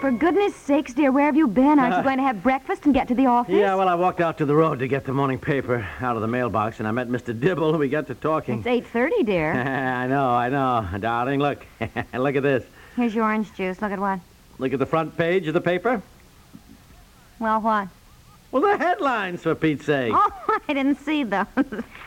For goodness sakes, dear, where have you been? Aren't you going to have breakfast and get to the office? Yeah, well, I walked out to the road to get the morning paper out of the mailbox, and I met Mr. Dibble, and we got to talking. It's 8.30, dear. I know, I know, darling. Look, look at this. Here's your orange juice. Look at what? Look at the front page of the paper. Well, what? Well, the headlines, for Pete's sake. Oh, I didn't see those.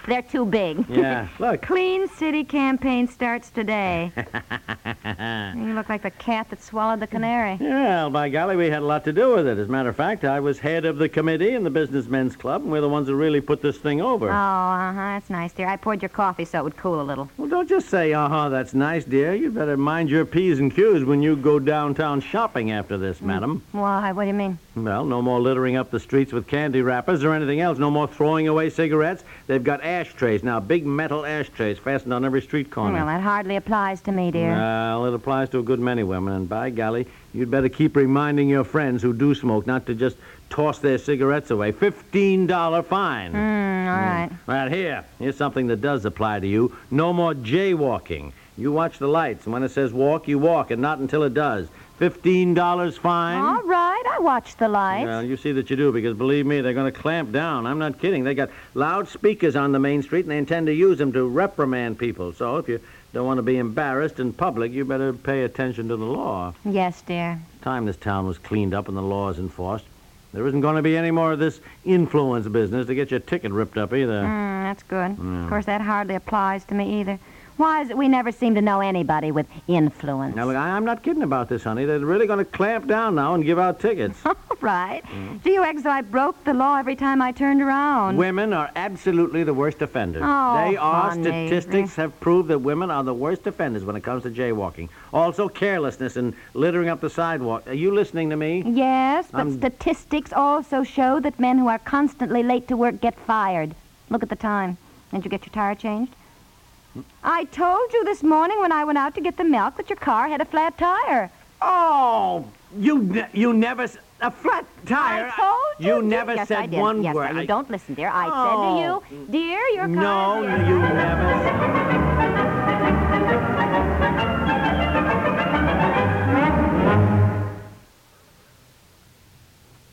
They're too big. Yeah, look. Clean City campaign starts today. you look like the cat that swallowed the canary. Well, by golly, we had a lot to do with it. As a matter of fact, I was head of the committee in the Businessmen's Club, and we're the ones who really put this thing over. Oh, uh-huh. That's nice, dear. I poured your coffee so it would cool a little. Well, don't just say, uh-huh, that's nice, dear. You'd better mind your P's and Q's when you go downtown shopping after this, madam. Why? What do you mean? Well, no more littering up the streets with candy wrappers or anything else. No more throwing away cigarettes. They've got ashtrays now, big metal ashtrays fastened on every street Well, corner. that hardly applies to me, dear. Well, it applies to a good many women, and by golly, you'd better keep reminding your friends who do smoke not to just toss their cigarettes away. $15 fine. Mm, all right. Right here. Here's something that does apply to you. No more jaywalking. You watch the lights, and when it says walk, you walk, and not until it does. $15 fine. All right, I watched the lights. Well, you see that you do, because believe me, they're going to clamp down. I'm not kidding. They got loudspeakers on the main street, and they intend to use them to reprimand people. So if you don't want to be embarrassed in public, you better pay attention to the law. Yes, dear. Time this town was cleaned up and the laws enforced. There isn't going to be any more of this influence business to get your ticket ripped up either. Mm, that's good. Of course, that hardly applies to me either. Why is it we never seem to know anybody with influence? Now, look, I- I'm not kidding about this, honey. They're really going to clamp down now and give out tickets. All right. Do you act as though I broke the law every time I turned around? women are absolutely the worst offenders. Oh, they are. honey. Statistics have proved that women are the worst offenders when it comes to jaywalking. Also, carelessness and littering up the sidewalk. Are you listening to me? yes, but I'm- statistics also show that men who are constantly late to work get fired. Look at the time. Didn't you get your tire changed? I told you this morning when I went out to get the milk that your car had a flat tire. Oh, you ne- you never s- a flat tire. I told you. You never yes, said I did. one yes, word. I- I- Oh. You don't listen, dear. I said to you, dear, your No, car. you never.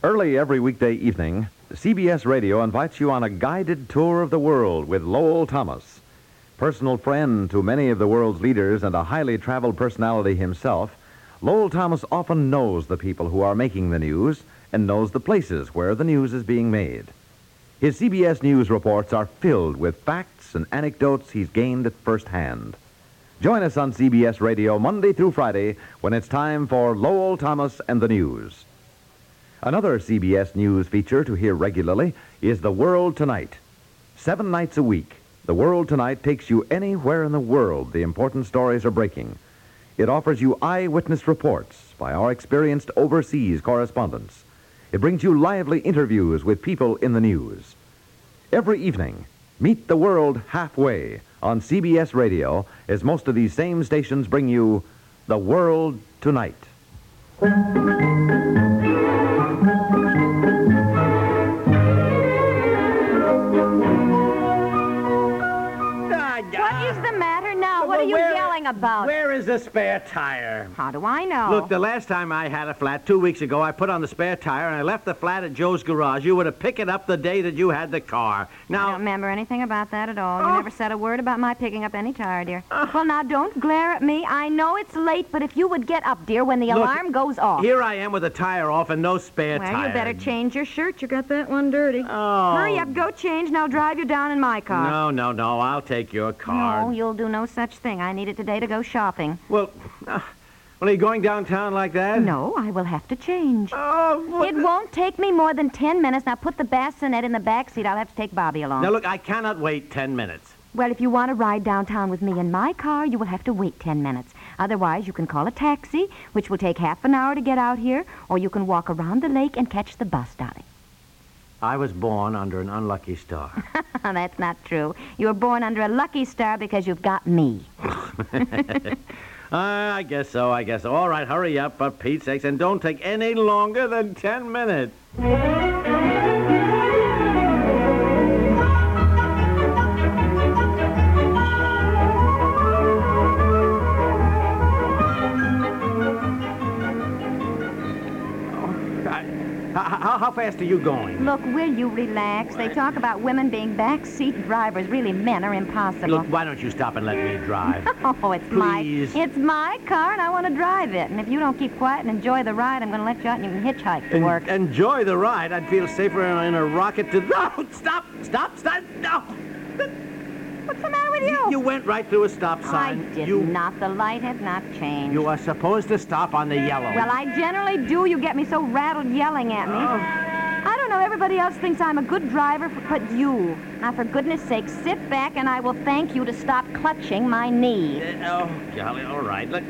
Early every weekday evening, CBS Radio invites you on a guided tour of the world with Lowell Thomas. Personal friend to many of the world's leaders and a highly traveled personality himself, Lowell Thomas often knows the people who are making the news and knows the places where the news is being made. His CBS News reports are filled with facts and anecdotes he's gained at first hand. Join us on CBS Radio Monday through Friday when it's time for Lowell Thomas and the News. Another CBS News feature to hear regularly is The World Tonight. Seven nights a week, The World Tonight takes you anywhere in the world the important stories are breaking. It offers you eyewitness reports by our experienced overseas correspondents. It brings you lively interviews with people in the news. Every evening, meet the world halfway on CBS Radio as most of these same stations bring you The World Tonight. What is the matter now? What are you yelling about? Where is the spare tire? How do I know? Look, the last time I had a flat, two weeks ago, I put on the spare tire and I left the flat at Joe's garage. You were to pick it up the day that you had the car. I don't Now, Oh. remember anything about that at all. You never said a word about my picking up any tire, dear. Uh. well, now don't glare at me. I know it's late, but if you would get up, dear, when the Look, alarm goes off. here I am with the tire off and no spare well, tire. you better change your shirt. You got that one dirty. Oh. Hurry up, go change, and I'll drive you down in my car. No, no, no. I'll take your car. No, you'll do no such thing. I need it today to go shopping. Well, uh, well, are you going downtown like that? No, I will have to change. Oh, what It the- won't take me more than ten minutes. Now put the bassinet in the back seat. I'll have to take Bobby along. Now, look, I cannot wait ten minutes. Well, if you want to ride downtown with me in my car, you will have to wait ten minutes. Otherwise, you can call a taxi, which will take half an hour to get out here, or you can walk around the lake and catch the bus, darling. I was born under an unlucky star. That's not true. You were born under a lucky star because you've got me. uh, I guess so, I guess so. All right, hurry up, for Pete's sakes, and don't take any longer than ten minutes. I- h- How, how fast are you going? Look, will you relax? They talk about women being backseat drivers. Really, men are impossible. Look, why don't you stop and let me drive? Oh, it's my Please. it's my car, and I want to drive it. And if you don't keep quiet and enjoy the ride, I'm going to let you out, and you can hitchhike to En- work. Enjoy the ride. I'd feel safer in, in a rocket to... No, stop, stop, stop. No. What's the matter with you? You went right through a stop I sign. did you, not. The light had not changed. You are supposed to stop on the yellow. Well, I generally do. You get me so rattled yelling at me. Oh, I don't know. Everybody else thinks I'm a good driver, f but you. Now, for goodness sake, sit back, and I will thank you to stop clutching my knee. Uh, oh, golly, all right. Look,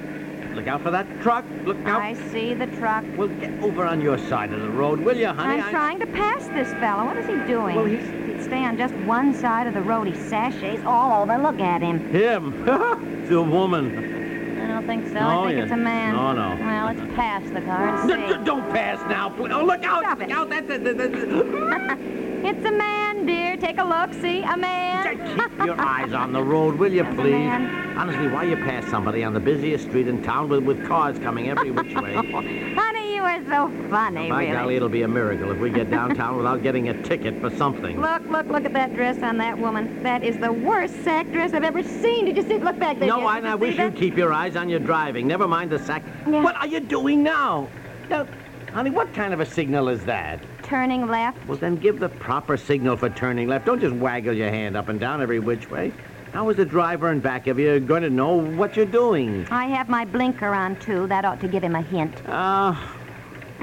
look out for that truck. Look out. I see the truck. Well, get over on your side of the road, will you, honey? I'm trying to pass this fellow. What is he doing? Well, he's- He'd stay on just one side of the road. He sashays all over. Look at him. Him. it's a woman. I don't think so. No, I think you- it's a man. Oh, no, no. Well, let's pass the car and D- d- see. don't pass now, please. Oh, look out. Stop look it. out. That's it. that- that- It's a man, dear. Take a look. See? A man. Keep your eyes on the road, will you, That's a please? man. Honestly, why you pass somebody on the busiest street in town with, with cars coming every which way? Honey, you are so funny, By really. golly, it'll be a miracle if we get downtown without getting a ticket for something. Look, look, look at that dress on that woman. That is the worst sack dress I've ever seen. Did you see? Look back there. No, Jim. I, Did I you wish see you'd that? keep your eyes on your driving. Never mind the sack. Yeah. What are you doing now? Now, honey, what kind of a signal is that? Turning left. Well, then give the proper signal for turning left. Don't just waggle your hand up and down every which way. How is the driver and back of you going to know what you're doing? I have my blinker on, too. That ought to give him a hint. Uh,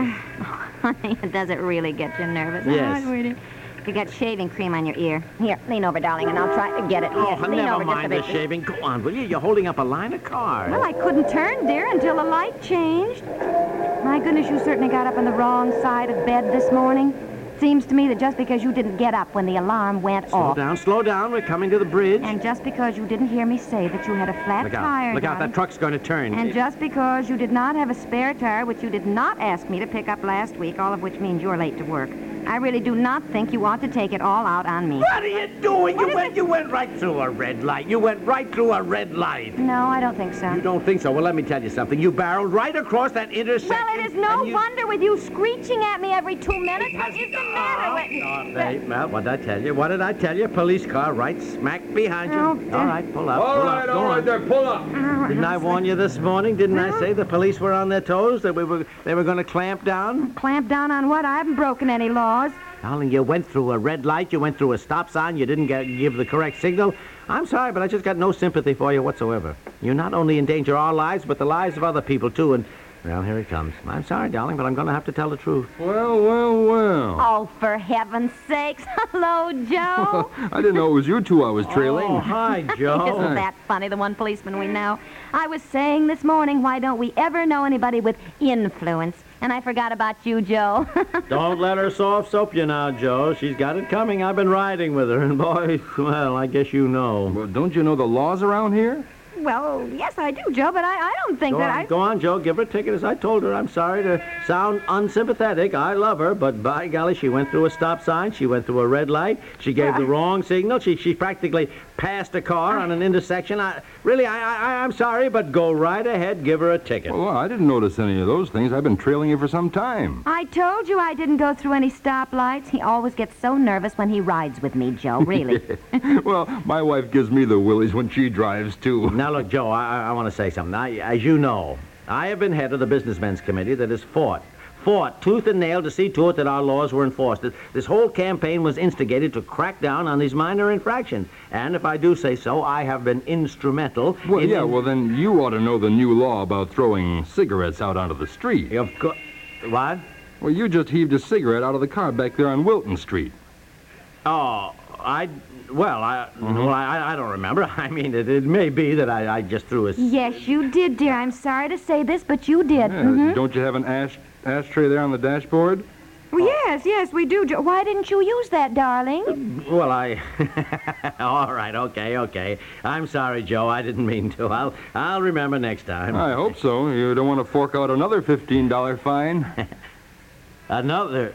Ah, Honey, does it really get you nervous? Yes. Oh, it really- You got shaving cream on your ear. Here, lean over, darling, and I'll try to get it. oh, Here, lean never over mind the just a bit. shaving. Go on, will you? You're holding up a line of cars. Well, I couldn't turn, dear, until the light changed. My goodness, you certainly got up on the wrong side of bed this morning. Seems to me that just because you didn't get up when the alarm went slow off, down, slow down. We're coming to the bridge. oh. and just because you didn't hear me say that you had a flat look out! tire, look out! darling, That truck's going to turn. and just because you did not have a spare tire, which you did not ask me to pick up last week, all of which means you're late to work, I really do not think you ought to take it all out on me. What are you doing? you went you went right through a red light. You went right through a red light. No, I don't think so. You don't think so? Well, let me tell you something. You barreled right across that intersection. Well, it is no and you... wonder with you screeching at me every two minutes. What is the matter with you? Oh, hey, Mel, what did I tell you? What did I tell you? Police car right smack behind you. Oh, all dear. right, pull up. All pull right, up. all Go right, on. there, pull up. Didn't I warn you this morning? Didn't I say the police were on their toes? That we were they were going to clamp down? Clamp down on what? I haven't broken any laws. Darling, you went through a red light. You went through a stop sign. You didn't get, give the correct signal. I'm sorry, but I just got no sympathy for you whatsoever. You not only endanger our lives, but the lives of other people too. And well, here it comes. I'm sorry, darling, but I'm going to have to tell the truth. Well, well, well. Oh, for heaven's sakes. Hello, Joe. I didn't know it was you two I was trailing. Oh, hi, Joe. Isn't that funny, the one policeman we know? I was saying this morning, why don't we ever know anybody with influence? And I forgot about you, Joe. Don't let her soft soap you now, Joe. She's got it coming. I've been riding with her, and boy, well, I guess you know. Well, don't you know the laws around here? well, yes, I do, Joe, but I, I don't think Go that on, I... go on, Joe. Give her a ticket. As I told her, I'm sorry to sound unsympathetic. I love her, but by golly, she went through a stop sign. She went through a red light. She gave the wrong signal. She she practically passed a car on an intersection. I really, I, I I'm sorry, but go right ahead. Give her a ticket. Well, I didn't notice any of those things. I've been trailing you for some time. I told you I didn't go through any stoplights. He always gets so nervous when he rides with me, Joe, really. well, my wife gives me the willies when she drives, too. Now, look, Joe, I, I want to say something. I, as you know, I have been head of the businessmen's committee that has fought, fought tooth and nail to see to it that our laws were enforced. This- This whole campaign was instigated to crack down on these minor infractions. And if I do say so, I have been instrumental Well, in... yeah, well, then you ought to know the new law about throwing cigarettes out onto the street. Of course... What? Well, you just heaved a cigarette out of the car back there on Wilton Street. Oh, I... Well, I, Mm-hmm. well, I, I don't remember. I mean, it, it may be that I, I just threw a... yes, you did, dear. I'm sorry to say this, but you did. Mm. Yeah, Don't you have an ash ashtray there on the dashboard? Well, yes, yes, we do. Jo- Why didn't you use that, darling? Well, I. All right, okay, okay. I'm sorry, Joe. I didn't mean to. I'll I'll remember next time. Hmm. I hope so. You don't want to fork out another $15 fine. Another.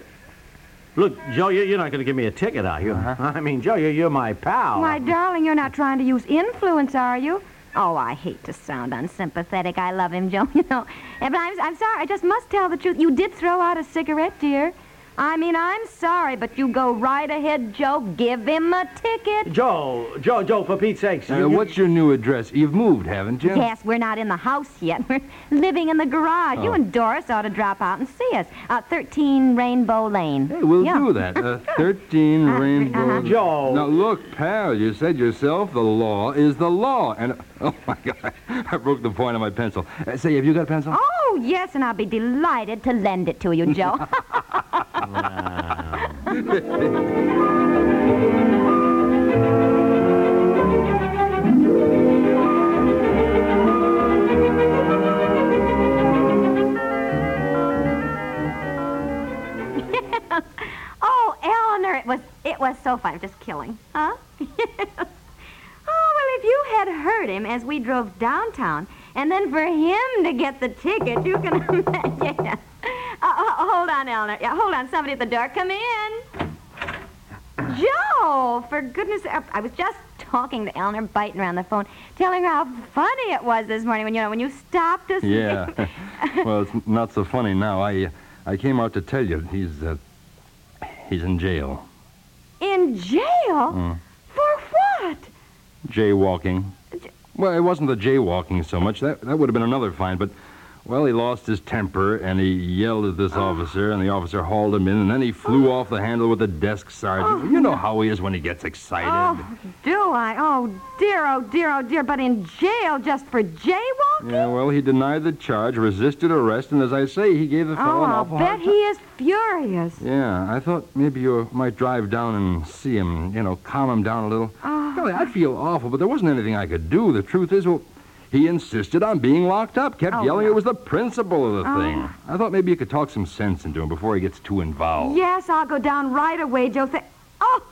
Look, Joe, you- you're not going to give me a ticket, are you? I mean, Joe, you're, you're my pal. Why, darling, you're not trying to use influence, are you? Oh, I hate to sound unsympathetic. I love him, Joe, you know. Eh, But I'm, I'm sorry. I just must tell the truth. You did throw out a cigarette, dear. I mean, I'm sorry, but you go right ahead, Joe. Give him a ticket. Joe, Joe, Joe, for Pete's sakes. Uh, you- you- what's your new address? You've moved, haven't you? Yes, we're not in the house yet. We're living in the garage. Oh. You and Doris ought to drop out and see us. Uh, 13 Rainbow Lane. Hey, we'll Yeah. do that. Uh, 13 Rainbow. uh-huh. Joe. Now, look, pal, you said yourself the law is the law. And, oh, my God, I broke the point on my pencil. Uh, say, have you got a pencil? Oh, yes, and I'll be delighted to lend it to you, Joe. oh, Eleanor, it was it was so fun. Just killing. Huh? Oh, well, if you had heard him as we drove downtown, and then for him to get the ticket, you can imagine. Yeah. Uh, ho- hold on, Eleanor. Yeah, hold on. Somebody at the door. Come in. Joe, for goodness sake. I was just talking to Eleanor, biting around the phone, telling her how funny it was this morning when, you know, when you stopped us. Yeah. well, it's not so funny now. I, uh, I came out to tell you he's, uh, he's in jail. In jail? Mm. For what? Jaywalking. Well, it wasn't the jaywalking so much. That, that would have been another fine, but, well, he lost his temper and he yelled at this Oh. officer, and the officer hauled him in, and then he flew off the handle with the desk sergeant. you know how he is when he gets excited. Oh, do I? Oh, dear, oh, dear, oh, dear. But in jail just for jaywalking? Yeah, well, he denied the charge, resisted arrest, and as I say, he gave the fellow Oh, an I'll awful bet hard he time. is furious. Yeah, I thought maybe you might drive down and see him, you know, calm him down a little. Ah. Golly, I'd feel awful, but there wasn't anything I could do. The truth is, well, he insisted on being locked up, kept Oh, yelling no. Ah. it was the principle of the thing. I thought maybe you could talk some sense into him before he gets too involved. Yes, I'll go down right away, Joe. Th- oh,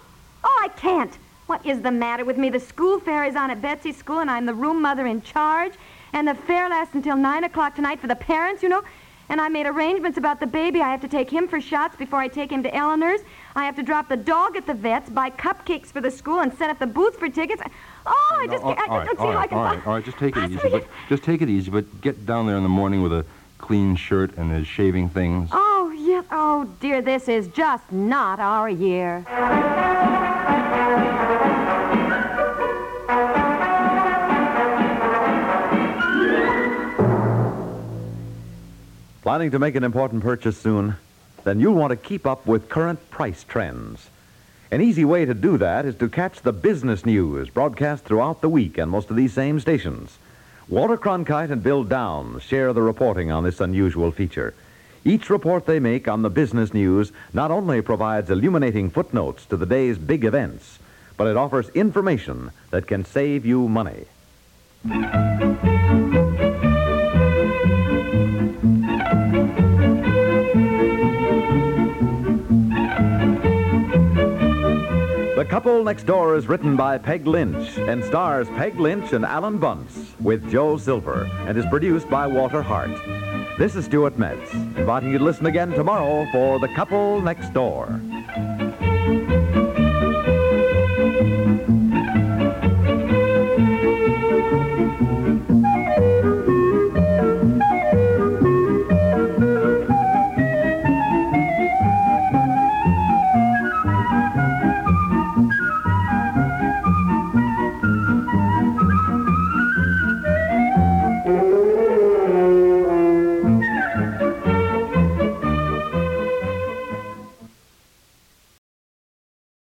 oh, I can't. What is the matter with me? The school fair is on at Betsy's school, and I'm the room mother in charge. And the fair lasts until 9 o'clock tonight for the parents, you know. And I made arrangements about the baby. I have to take him for shots before I take him to Eleanor's. I have to drop the dog at the vet's, buy cupcakes for the school, and set up the booth for tickets. Oh, I just all, can't. I all right, don't see all how I right, can. all right, all right, just take it Possibly easy. But, get- just take it easy, but get down there in the morning with a clean shirt and his shaving things. Oh, yes. Oh, dear, this is just not our year. Planning to make an important purchase soon? Then you'll want to keep up with current price trends. An easy way to do that is to catch the business news broadcast throughout the week on most of these same stations. Walter Cronkite and Bill Downs share the reporting on this unusual feature. Each report they make on the business news not only provides illuminating footnotes to the day's big events, but it offers information that can save you money. The Couple Next Door is written by Peg Lynch and stars Peg Lynch and Alan Bunce with Joe Silver and is produced by Walter Hart. This is Stuart Metz, inviting you to listen again tomorrow for The Couple Next Door.